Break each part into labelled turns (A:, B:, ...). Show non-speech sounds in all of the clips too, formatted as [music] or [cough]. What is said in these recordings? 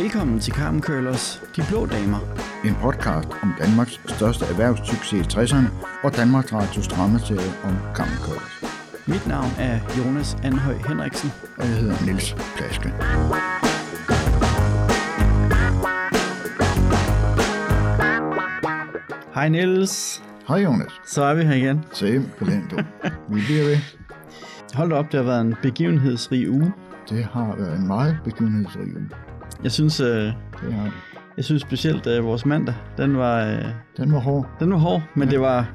A: velkommen til Carmen Køllers De Blå Damer.
B: En podcast om Danmarks største erhvervssucces i 60'erne og Danmarks Radios dramaserie om Carmen Køllers.
A: Mit navn er Jonas Anhøj Henriksen.
B: Og jeg hedder Niels Plaske.
A: Hej Niels.
B: Hej Jonas.
A: Så er vi her igen.
B: Same på den, du. Vi bliver ved.
A: Hold da op, det har været en begivenhedsrig uge.
B: Det har været en meget begivenhedsrig uge.
A: Jeg synes, øh,
B: Det har det.
A: jeg synes specielt øh, vores mandag, den var, øh,
B: Den var hård.
A: den var hård, men ja. det var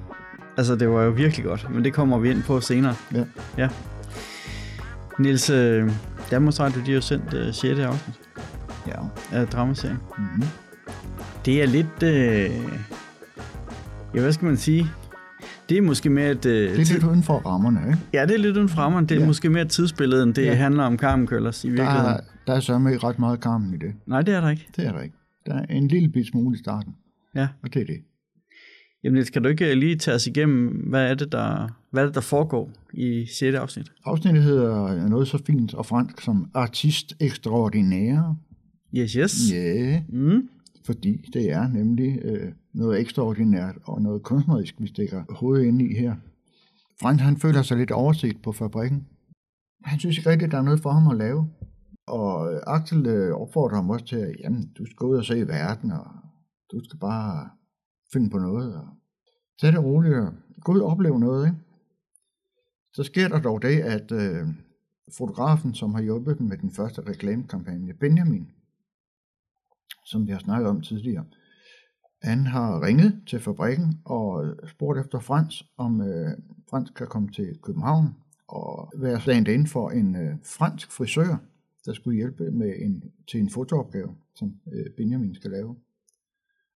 A: altså det var jo virkelig godt, men det kommer vi ind på senere.
B: Ja.
A: Ja. Niels, øh, Danmarks Radio, de har jo sendt øh, 6. afsnit
B: Ja.
A: af dramaserien.
B: Mm-hmm.
A: Det er lidt... Øh... Ja, hvad skal man sige? Det er måske mere et... Øh...
B: Det er lidt uden for rammerne, ikke?
A: Ja, det er lidt uden for rammerne. Det er ja.
B: Ja.
A: måske mere et tidsbillede, end det ja.
B: Ja.
A: handler om Carmen Køllers i
B: Der
A: virkeligheden.
B: er,
A: Der...
B: der er sørme ikke ret meget karmen i det.
A: Nej, det er der ikke.
B: Det er der ikke. Der er en lille bit smule i starten,
A: Ja.
B: og det er det.
A: Jamen, Niels, kan du ikke øh, lige tage os igennem, hvad er det, der, hvad er det, der foregår i 6. afsnit?
B: Afsnittet hedder noget så fint og fransk som Artist Extraordinaire.
A: Yes, yes. Yeah.
B: Ja, yeah,
A: Mm.
B: fordi det er nemlig øh, noget ekstraordinært og noget kunstnerisk, vi stikker hovedet ind i her. Frank han føler sig lidt overset på fabrikken. Han synes ikke rigtigt, at der er noget for ham at lave. Og øh, Axel øh, opfordrer ham også til, at jamen, du skal ud og se verden, og du skal bare finde på noget. Og tag det roligt og gå ud og opleve noget. Ikke? Så sker der dog det, at øh, fotografen, som har hjulpet dem med den første reklamekampagne, Benjamin, som vi har snakket om tidligere. Han har ringet til fabrikken og øh, spurgt efter Frans, om øh, Frans kan komme til København og være stand inden for en øh, fransk frisør, der skulle hjælpe med en, til en fotoopgave, som øh, Benjamin skal lave.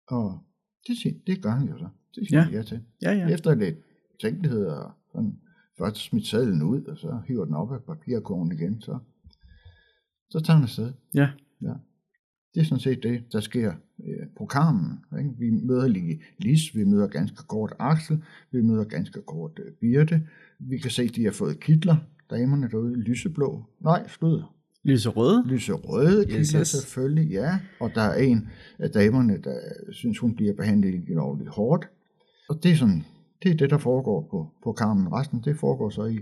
B: Og det, siger, det gør han jo så. Det siger
A: Ja.
B: ja. ja til.
A: Ja, ja.
B: Ja. Efter lidt tænkelighed og sådan, først smidt sadlen ud, og så hiver den op af papirkurven igen, så, så tager han afsted.
A: Ja.
B: Det er sådan set det, der sker øh, på Carmen. Ikke? Vi møder lige Lis, vi møder ganske kort Axel, vi møder ganske kort øh, Birte. Vi kan se, at de har fået kitler, damerne derude, lyseblå. Nej, skud.
A: Lyse røde.
B: Lyserøde kitler yes,
A: yes.
B: yes. selvfølgelig, ja. Og der er en af damerne, der synes, hun bliver behandlet lovligt hårdt. Og det er, sådan, det, er det, der foregår på, på Carmen. Resten, det foregår så i,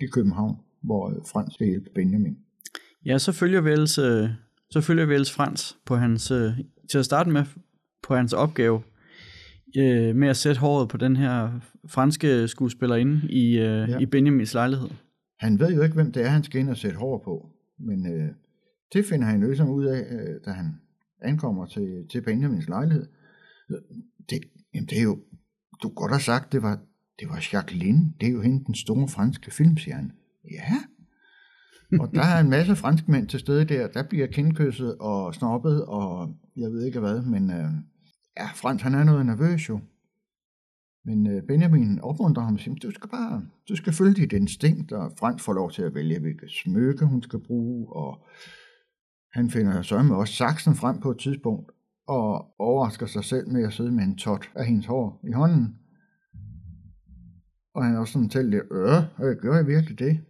B: i København, hvor øh, Frans skal hjælpe Benjamin.
A: Ja, så følger vi ellers, øh, så følger vi ellers Frans på hans, øh, til at starte med på hans opgave øh, med at sætte håret på den her franske skuespillerinde i, øh, ja.
B: Ja.
A: i Benjamins lejlighed.
B: Han ved jo ikke, hvem det er, han skal ind og sætte hår på, men øh, det finder han løsning ud af, øh, da han ankommer til, til Benjamins lejlighed. Øh, Det, jamen det er jo, du kunne godt har sagt, det var, det var Jacqueline, det er jo hende, den store franske filmstjerne. Ja, og der er en masse franskmænd til stede der, der bliver kindkysset og snobbet, og jeg ved ikke hvad, men øh, ja, Frans han er noget nervøs jo. Men øh, Benjamin opmuntrer ham og siger, du skal bare, du skal følge dit instinkt, og Frans får lov til at vælge, hvilket smykke hun skal bruge, og han finder sørme også saksen frem på et tidspunkt, og overrasker sig selv med at sidde med en tot af hendes hår i hånden. Og han er også sådan til lidt, øh, øh, gør jeg virkelig det?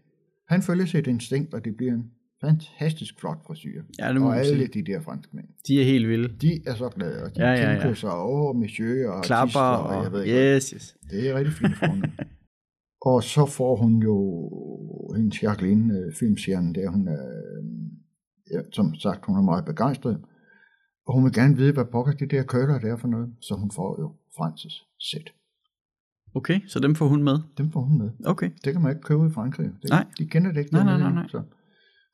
B: Han følger sit instinkt, og det bliver en fantastisk flot frisyr.
A: Ja, det må
B: og
A: man
B: alle
A: sige.
B: de der franskmænd,
A: De er helt vilde.
B: de er så glade, og de
A: Ja,
B: ja,
A: ja, ja.
B: ja, ja. sig, åh, monsieur, og
A: Klapper
B: tister, og jeg ved
A: og...
B: ikke
A: Yes, yes.
B: det er rigtig fint for
A: [laughs]
B: hende. og så får hun jo hendes Jacqueline øh, filmstjerne, der hun er, øh, ja, som sagt, hun er meget begejstret. Og hun vil gerne vide, hvad pokker de der køller der er for noget, så hun får jo Francis sæt.
A: Okay, så dem får hun med.
B: Dem får hun med.
A: Okay.
B: Det kan man ikke købe i Frankrig. Det,
A: Nej.
B: De kender det ikke.
A: Nej, nej,
B: dernede,
A: nej, nej.
B: Så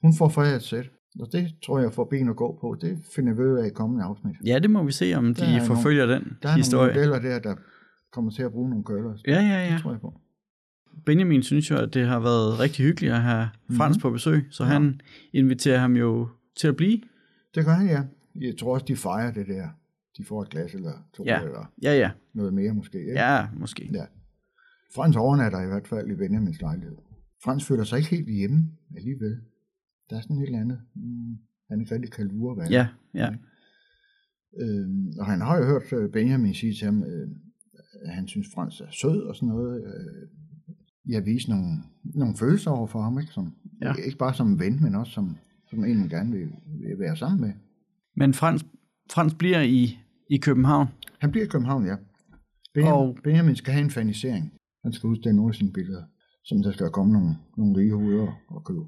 B: hun får fra et sæt. Og det tror jeg får ben at gå på. Det finder vi ud af i kommende afsnit.
A: Ja, det må vi se, om de
B: Der er
A: forfølger den
B: Der er
A: historie.
B: nogle modeller der, der kommer til at bruge nogle køller.
A: Ja, ja, ja.
B: Det tror jeg på.
A: Benjamin synes jo, at det har været rigtig hyggeligt at have
B: Mhm.
A: Frans på besøg, så ja. han inviterer ham jo til at blive.
B: Det gør han, ja. Jeg tror også, de fejrer det der. De får et glas eller to
A: Ja.
B: ja. eller
A: Ja, ja.
B: noget mere måske. Ikke?
A: Ja, måske.
B: ja. Frans overnatter i hvert fald i Benjamins lejlighed. Frans føler sig ikke helt hjemme alligevel. Der er sådan et eller andet. Mm, han er ikke rigtig kan lure, hvad han
A: Ja, ja.
B: Øhm, og han har jo hørt øh, Benjamin sige til ham, øh, at han synes, Frans er sød og sådan noget. Øh, jeg viser nogle, nogle følelser over for ham, ikke? Som,
A: Ja.
B: ja. ikke bare som en ven, men også som, som en, man gerne vil, vil være sammen med.
A: Men Frans, Frans bliver i, i København.
B: Han bliver i København, ja. Benjamin,
A: Og-
B: og... Benjamin skal have en fanisering. Han skal udstille nogle af sine billeder, som der skal komme nogle, nogle rige hoveder og købe.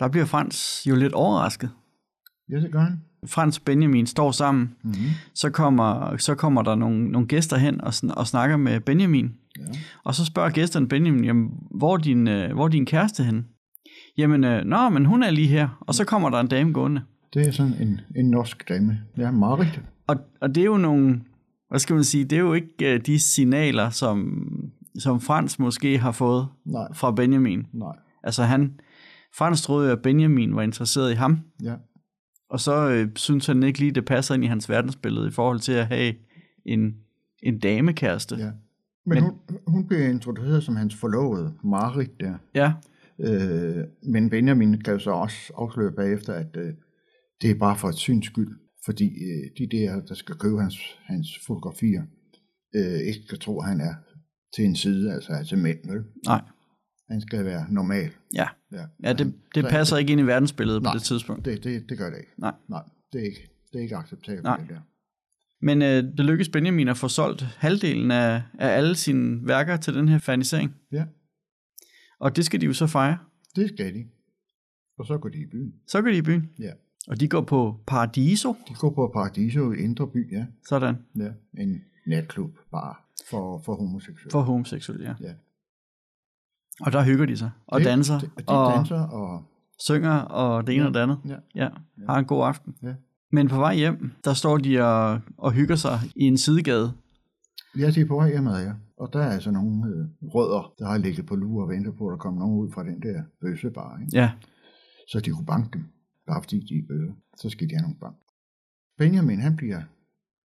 A: Der bliver Frans jo lidt overrasket.
B: Ja, det gør han.
A: Frans og Benjamin står sammen.
B: Mm-hmm.
A: Så kommer, så kommer der nogle, nogle gæster hen og, sn- og snakker med Benjamin.
B: Ja.
A: Og så spørger gæsterne Benjamin, jamen, hvor, er din, øh, hvor er din kæreste hen? Jamen, øh, nå, men hun er lige her. Og så kommer der en dame gående.
B: Det er sådan en, en norsk dame. Ja, Marit.
A: Og, og det er jo nogle, hvad skal man sige, det er jo ikke øh, de signaler, som, som Frans måske har fået
B: Nej,
A: fra Benjamin.
B: nej.
A: Altså han, Frans troede jo, at Benjamin var interesseret i ham,
B: Ja,
A: og så øh, synes han ikke lige, det passer ind i hans verdensbillede i forhold til at have en, en damekæreste.
B: ja. Men, Men... Hun, hun bliver introduceret som hans forlovede, Marit der.
A: ja.
B: Øh, men Benjamin kan jo så også afsløre bagefter, at øh, det er bare for et syns skyld, fordi øh, de der, der skal købe hans, hans fotografier, øh, ikke skal tro, at han er til en side, altså er til mænd, vel?
A: Nej.
B: Han skal være normal.
A: Ja.
B: Ja,
A: Ja, det, det
B: Så-
A: passer ikke ind i verdensbilledet
B: Nej.
A: på det tidspunkt.
B: Det, det, det gør det ikke.
A: Nej.
B: Nej, det er ikke, det er ikke acceptabelt,
A: Nej.
B: det der.
A: Men øh, det lykkedes Benjamin at få solgt halvdelen af, af alle sine værker til den her fanisering.
B: Ja,
A: Og det skal de jo så fejre.
B: det skal de. Og så går de i byen.
A: Så går de i byen.
B: Ja.
A: Og de går på Paradiso.
B: De går på Paradiso i Indre By, ja.
A: Sådan.
B: ja. En natklub bare for, for homoseksuelle.
A: For homoseksuelle, ja.
B: Ja.
A: Og der hygger de sig. Og
B: Det-
A: danser.
B: det- De,
A: og
B: danser og
A: synger. Og det ene
B: Ja.
A: og det andet.
B: Ja.
A: ja. Har en god aften.
B: Ja.
A: Men på vej hjem, der står de og, og hygger sig i en sidegade.
B: Ja, de er på vej hjemad, ja. Og der er altså nogle øh, rødder, der har ligget på lur og ventet på, at der kommer nogen ud fra den der bøssebar. Ikke?
A: Ja.
B: Så de kunne banke dem, bare fordi de er bøger. Så skal de have nogle bank. Benjamin, han bliver,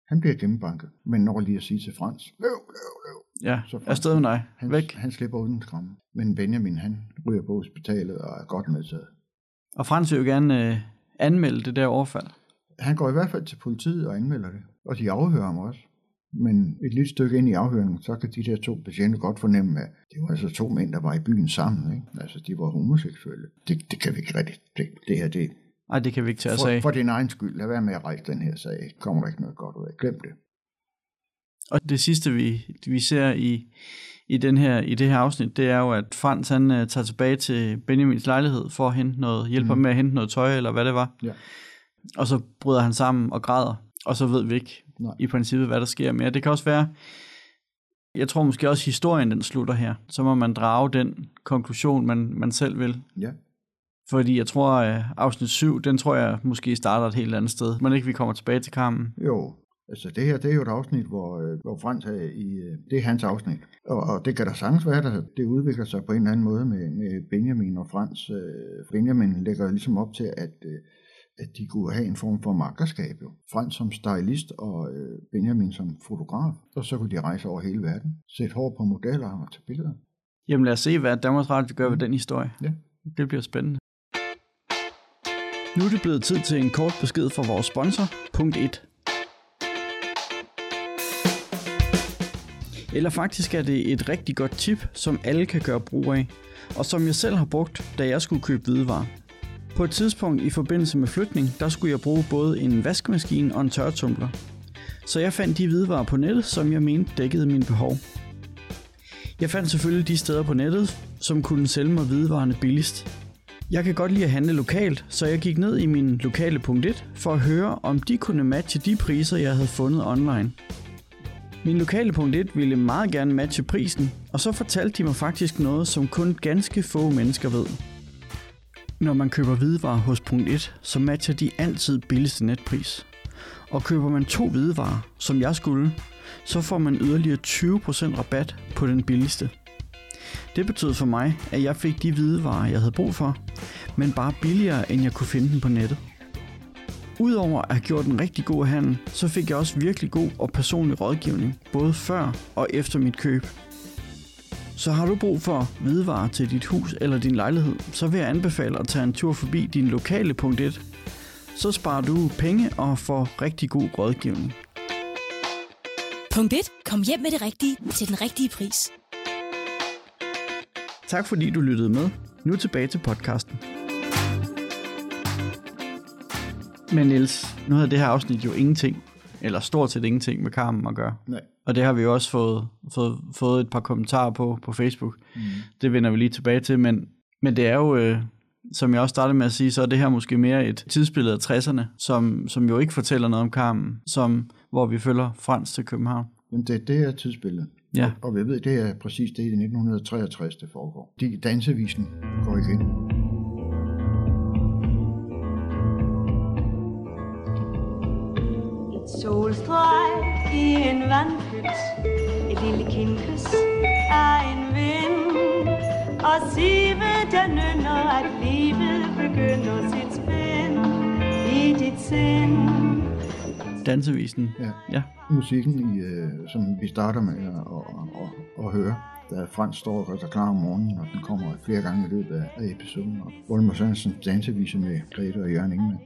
B: han bliver gennembanket, men når lige at sige til Frans, løv, løv, løv.
A: Ja.
B: Så Frans-
A: Afsted med dig.
B: Han,
A: Væk.
B: han slipper uden skræmme. Men Benjamin, han ryger på hospitalet og er godt medtaget.
A: Og Frans vil jo gerne øh, anmelde det der overfald.
B: Han går i hvert fald til politiet og anmelder det. Og de afhører ham også. Men et lille stykke ind i afhøringen, så kan de der to patienter godt fornemme, at det var altså to mænd, der var i byen sammen. Ikke? Altså, de var homoseksuelle. Det, det kan vi ikke rigtigt. Det, det her, det
A: Nej, det kan vi ikke tage os
B: for,
A: af.
B: for din egen skyld. Lad være med at rejse den her sag. Kommer der ikke noget godt ud af. Glem det.
A: Og det sidste, vi, vi ser i, i, den her, i det her afsnit, det er jo, at Frans han, øh, tager tilbage til Benjamins lejlighed for at hente noget, hjælpe mm. ham med at hente noget tøj, eller hvad det var.
B: Ja.
A: Og så bryder han sammen og græder, og så ved vi ikke
B: Nej.
A: i princippet, hvad der sker mere. Det kan også være, jeg tror måske også, historien den slutter her. Så må man drage den konklusion, man, man selv vil.
B: Ja.
A: Fordi jeg tror, at afsnit 7, den tror jeg måske starter et helt andet sted. Men ikke, vi kommer tilbage til kampen.
B: Jo. Altså, det her, det er jo et afsnit, hvor, øh, hvor Frans er i... øh, Det er hans afsnit. Og, og det kan da sagtens være, at det udvikler sig på en eller anden måde med, med Benjamin og Frans. Øh, Benjamin lægger ligesom op til, at, øh, at de kunne have en form for makkerskab. Jo. Frans som stylist og øh, Benjamin som fotograf. Og så kunne de rejse over hele verden. Sætte hår på modeller og tage billeder.
A: Jamen lad os se, hvad Danmarks Radio gør ved den historie.
B: Ja.
A: Det bliver spændende. Nu er det blevet tid til en kort besked fra vores sponsor, punkt 1. Eller faktisk er det et rigtig godt tip, som alle kan gøre brug af, og som jeg selv har brugt, da jeg skulle købe hvidevarer. På et tidspunkt i forbindelse med flytning, der skulle jeg bruge både en vaskemaskine og en tørretumbler. Så jeg fandt de hvidevarer på nettet, som jeg mente dækkede mine behov. Jeg fandt selvfølgelig de steder på nettet, som kunne sælge mig hvidevarerne billigst. Jeg kan godt lide at handle lokalt, så jeg gik ned i min lokale punkt 1 for at høre, om de kunne matche de priser, jeg havde fundet online. Min lokale punkt 1 ville meget gerne matche prisen, og så fortalte de mig faktisk noget, som kun ganske få mennesker ved. Når man køber hvidevarer hos punkt 1, så matcher de altid billigste netpris. Og køber man to hvidevarer, som jeg skulle, så får man yderligere 20% rabat på den billigste. Det betød for mig, at jeg fik de hvidevarer, jeg havde brug for, men bare billigere, end jeg kunne finde dem på nettet. Udover at have gjort en rigtig god handel, så fik jeg også virkelig god og personlig rådgivning, både før og efter mit køb. Så har du brug for hvidevarer til dit hus eller din lejlighed, så vil jeg anbefale at tage en tur forbi din lokale punkt 1. Så sparer du penge og får rigtig god rådgivning.
C: Punkt 1. Kom hjem med det rigtige til den rigtige pris.
A: Tak fordi du lyttede med. Nu tilbage til podcasten. Men Niels, nu havde det her afsnit jo ingenting, eller stort set ingenting med Carmen at gøre.
B: Nej.
A: Og det har vi jo også fået, fået, fået et par kommentarer på på Facebook. Mm. Det vender vi lige tilbage til, men, men det er jo, øh, som jeg også startede med at sige, så er det her måske mere et tidsbillede af 60'erne, som, som jo ikke fortæller noget om Carmen, som, hvor vi følger Frans til København.
B: Jamen, det, det er tidsbilledet.
A: Ja.
B: Og vi ved, det er præcis det i 1963, det foregår. De dansevisen går igen.
D: Et solstrøg i en vandpyt Et lille kindkys af en vind Og Sive den ynder at livet begynder sit spænd I dit sind
A: Dansevisen.
B: Ja.
A: ja.
B: Musikken, i, øh, som vi starter med at, at, at, at høre, da Frans står og gør sig klar om morgenen, og den kommer flere gange i løbet af af episoden, og Volmer Sørensen dansevise med Grete og Jørgen Ingemann.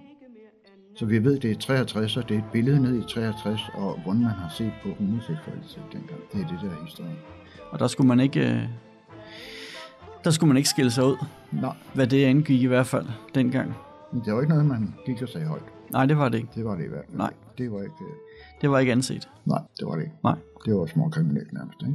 B: Så vi ved, det er 63, og det er et billede ned i 63, og hvordan man har set på homoseksualitet dengang. Det er det der er historien.
A: Og der skulle man ikke... Øh, der skulle man ikke skille sig ud,
B: Nej,
A: hvad det angik i hvert fald dengang.
B: men det var ikke noget, man gik og sagde højt.
A: Nej, det var det ikke.
B: Det var det i hvert fald.
A: Nej.
B: Det var ikke... øh,
A: Det var ikke anset.
B: Nej, det var det ikke.
A: Nej.
B: Det var små kriminelt nærmest, ikke?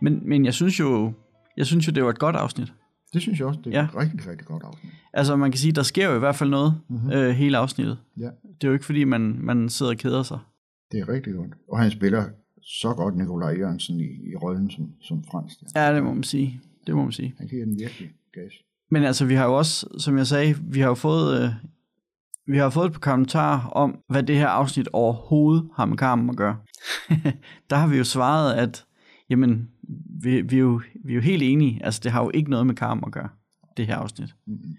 A: Men, men jeg synes jo, jeg synes jo, det var et godt afsnit.
B: Det synes jeg også, det er
A: Ja.
B: ja. et rigtig, rigtig godt afsnit.
A: Altså man kan sige, der sker jo i hvert fald noget mm-hmm. øh, hele afsnittet.
B: Ja,
A: Det er jo ikke fordi, man, man sidder og keder sig.
B: det er rigtig godt. Og han spiller så godt Nikolaj Jørgensen i, i rollen som, som fransk. Der.
A: Ja, det må man sige. Det må man sige.
B: Han giver den virkelig gas.
A: Men altså, vi har jo også, som jeg sagde, vi har jo fået, øh, vi har fået et par kommentarer om, hvad det her afsnit overhovedet har med Carmen at gøre. [laughs] der har vi jo svaret, at jamen, vi, vi, er jo, vi er jo helt enige, altså det har jo ikke noget med Carmen at gøre, det her afsnit.
B: Mm-hmm.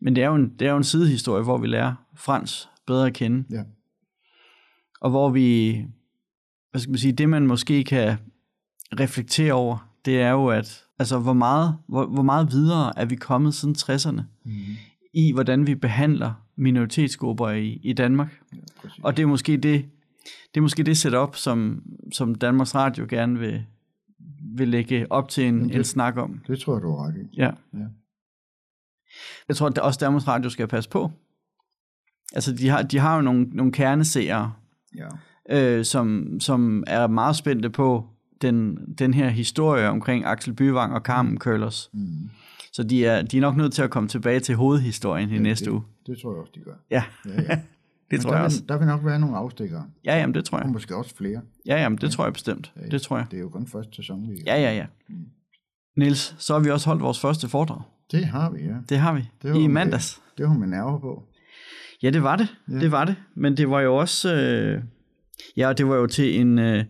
A: Men det er jo en, det er jo en sidehistorie, hvor vi lærer Frans bedre at kende,
B: Ja.
A: og hvor vi, hvad skal man sige, det man måske kan reflektere over, det er jo, at altså, hvor, meget, hvor, hvor meget videre er vi kommet siden 60'erne
B: Mm-hmm.
A: i, hvordan vi behandler minoritetsgrupper i, i Danmark.
B: ja, præcis.
A: Og det er måske det, det, er måske det setup, som, som Danmarks Radio gerne vil, vil lægge op til en,
B: det-
A: en snak om.
B: Det tror jeg, du har ret i.
A: Ja.
B: Ja.
A: Jeg tror at også, Danmarks Radio skal passe på. Altså, de har, de har jo nogle, nogle kerneseere,
B: Ja.
A: øh, som, som er meget spændte på den, den her historie omkring Axel Byvang og Carmen Køllers.
B: Mm-hmm.
A: Så de er, de er nok nødt til at komme tilbage til hovedhistorien i næste
B: det,
A: uge.
B: Det tror jeg også,
A: [laughs]
B: de gør.
A: Ja,
B: Ja, ja.
A: det
B: Men
A: tror
B: der
A: jeg
B: vil,
A: også.
B: Der vil nok være nogle afstikker,
A: Ja, jamen det tror jeg.
B: og måske også flere.
A: Ja, jamen det tror jeg bestemt.
B: Ja, Mm. ja.
A: Det tror jeg.
B: Det er jo kun første sæson, vi
A: Ja, ja, ja. Niels, så har vi også holdt vores første foredrag.
B: Det har vi, ja.
A: Det har vi.
B: Det
A: I
B: med-
A: mandags.
B: Det var med nerver på.
A: Ja, det var det. Ja.
B: Ja.
A: Det var det. Men det var jo også... Øh... Ja, og det var jo til en, øh,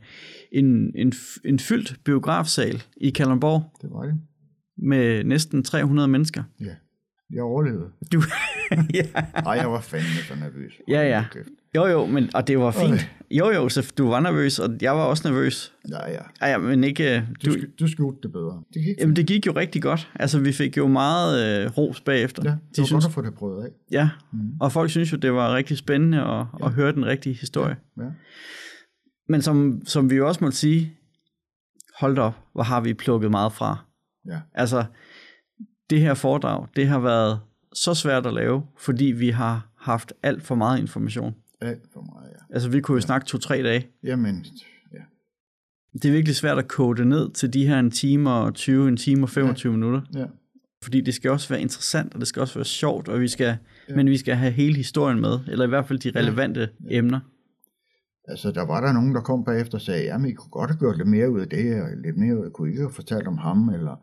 A: en, en, f- en fyldt biografsal i Kalundborg
B: Det var det.
A: med næsten 300 mennesker.
B: Ja. Jeg overlevede.
A: Du...
B: [laughs]
A: ja.
B: Ej, jeg var fandme så nervøs.
A: Ja, ja.
B: Hold nu kæft.
A: Jo, jo, men, og det var fint. Jo, jo, så du var nervøs, og jeg var også nervøs.
B: Ja, ja.
A: Ej, ja, men ikke... øh,
B: Du,
A: Du...
B: sk- du skjulte det bedre. Det gik
A: Jamen, det gik jo rigtig godt. Altså, vi fik jo meget øh, ros bagefter.
B: Ja, det
A: De
B: var
A: synes,
B: godt at få det prøvet af.
A: Ja, mm. og folk synes jo, det var rigtig spændende at, ja. at høre den rigtige historie.
B: Ja.
A: Men som, som vi jo også måtte sige, hold da op, hvor har vi plukket meget fra.
B: ja.
A: Altså, det her foredrag, det har været så svært at lave, fordi vi har haft alt for meget information.
B: Alt for meget, ja.
A: Altså, vi kunne jo ja. snakke to-tre dage.
B: Jamen, ja.
A: Det er virkelig svært at kode det ned til de her en time og 20, en time og 25 ja. minutter.
B: ja.
A: Fordi det skal også være interessant, og det skal også være sjovt, og vi skal, ja. men vi skal have hele historien med, eller i hvert fald de relevante ja. emner.
B: Altså, der var der nogen, der kom bagefter og sagde, jamen, I kunne godt have gjort lidt mere ud af det her, og lidt mere ud af, kunne I ikke have fortalt om ham, eller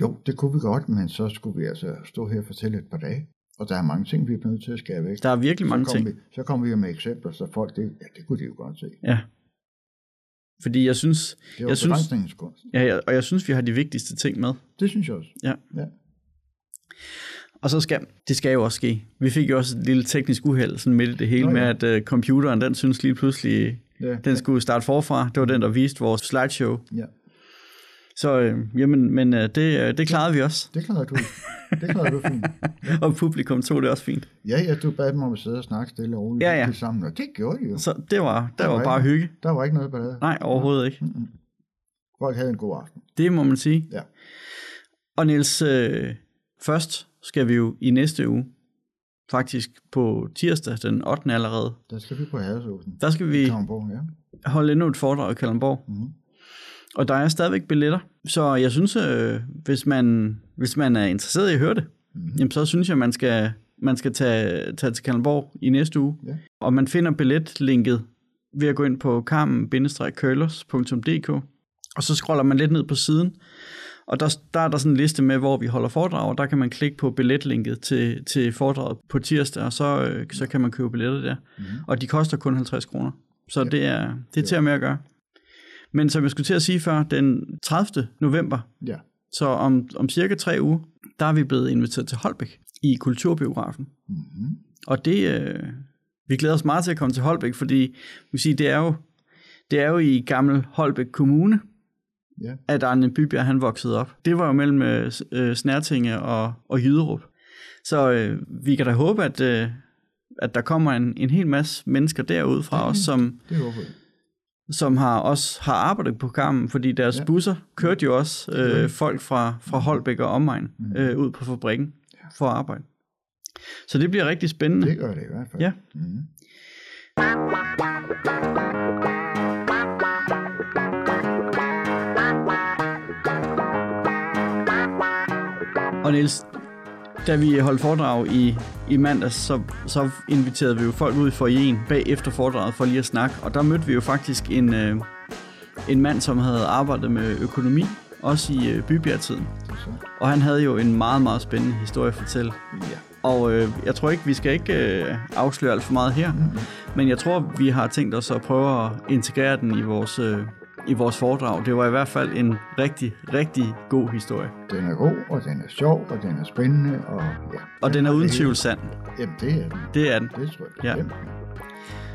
B: jo, det kunne vi godt, men så skulle vi altså stå her og fortælle et par dage. Og der er mange ting, vi er nødt til at skære væk.
A: Der er virkelig mange
B: så
A: ting.
B: kom Vi, så kom vi jo med eksempler, så folk, det, ja, det kunne de jo godt se.
A: Ja. Fordi jeg synes,
B: Det var
A: jeg synes,
B: begrænsningens kunst.
A: ja, ja, og jeg synes, vi har de vigtigste ting med.
B: Det synes jeg også.
A: Ja.
B: Ja.
A: Og så skal, det skal jo også ske. Vi fik jo også et lille teknisk uheld sådan midt i det hele
B: Nå,
A: Nå,
B: ja.
A: med, at uh, computeren, den synes lige pludselig,
B: Ja.
A: den skulle starte forfra. Det var den, der viste vores slideshow.
B: ja.
A: Så øh, jamen, men øh, det, øh, det klarede vi også. [laughs]
B: Det klarede du. Det klarede du fint.
A: Og publikum tog det også fint.
B: Ja, ja, du bad dem om at sidde og snakke stille og roligt
A: Ja, ja.
B: til sammen, og det gjorde de jo.
A: Så det var, der var
B: var
A: bare
B: ikke-
A: hygge.
B: Der var ikke noget ballade.
A: Nej, overhovedet ikke.
B: Folk havde en god aften.
A: Det må man sige.
B: Ja.
A: Og Niels, øh, først skal vi jo i næste uge faktisk på tirsdag den 8. allerede.
B: Der skal vi på Herresåsen.
A: Der skal vi
B: Kramborg, ja.
A: holde endnu et foredrag i Kalundborg.
B: Mhm.
A: Og der er stadigvæk billetter. Så jeg synes, øh, hvis, man, hvis man er interesseret i at høre det, mm. jamen, så synes jeg, man skal, man skal tage, tage til Kalundborg i næste uge.
B: Ja.
A: Og man finder billetlinket ved at gå ind på karmen-curlers.dk og så scroller man lidt ned på siden, og der, der er der sådan en liste med, hvor vi holder foredrag, og der kan man klikke på billetlinket til, til foredraget på tirsdag, og så, øh, så kan man købe billetter der. Mm. Og de koster kun 50 kroner, så ja. det er, det er til at med at gøre. Men som jeg skulle til at sige før, den 30. november,
B: Ja.
A: så om, om cirka tre uger, der er vi blevet inviteret til Holbæk i Kulturbiografen. Mm-hmm.
B: Mhm.
A: Og det, øh, vi glæder os meget til at komme til Holbæk, fordi man kan sige, det, er jo, det er jo i gammel Holbæk Kommune,
B: Ja.
A: at Arne Bybjerg han voksede op. Det var jo mellem øh, S- øh, Snærtinge og, og Jyderup. Så øh, vi kan da håbe, at, øh, at der kommer en, en hel masse mennesker derud fra os, som,
B: Det håber jeg.
A: som har også har arbejdet på Carmen, fordi deres ja. busser kørte jo også øh, folk fra, fra Holbæk og omegn mm. øh, ud på fabrikken for at arbejde. Så det bliver rigtig spændende.
B: Det gør det i hvert fald.
A: Ja.
B: Mm.
A: Og Niels, da vi holdt foredrag i, i mandags, så, så inviterede vi jo folk ud for en bag efter foredraget for lige at snakke. Og der mødte vi jo faktisk en, øh, en mand, som havde arbejdet med økonomi, også i øh, bybjergtiden.
B: Så,
A: Og han havde jo en meget, meget spændende historie at fortælle.
B: ja.
A: Og øh, jeg tror ikke, vi skal ikke øh, afsløre alt for meget her, mm-hmm. men jeg tror, vi har tænkt os at prøve at integrere den i vores, øh, i vores foredrag. Det var i hvert fald en rigtig, rigtig god historie.
B: Den er god, og den er sjov, og den er spændende, og ja.
A: Og den er
B: har
A: uden
B: det
A: tvivl
B: hele.
A: sand.
B: Jamen, det er den.
A: Det er den.
B: Det tror
A: Ja.
B: jeg. bestemt.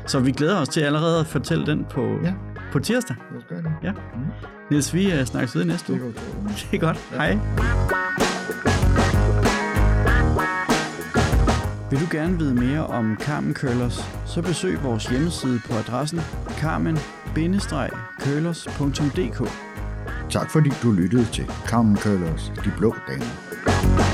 A: Så vi glæder os til allerede at fortælle den på,
B: Ja. Mm.
A: på tirsdag.
B: Lad os gøre det.
A: Ja. Niels, vi øh, snakkes ved næste
B: Det
A: uge.
B: går til.
A: [laughs] Det er godt. Hej. Vil du gerne vide mere om Carmen Curlers, så besøg vores hjemmeside på adressen carmen-curlers.dk.
B: Tak fordi du lyttede til Carmen Køllers De Blå Damer.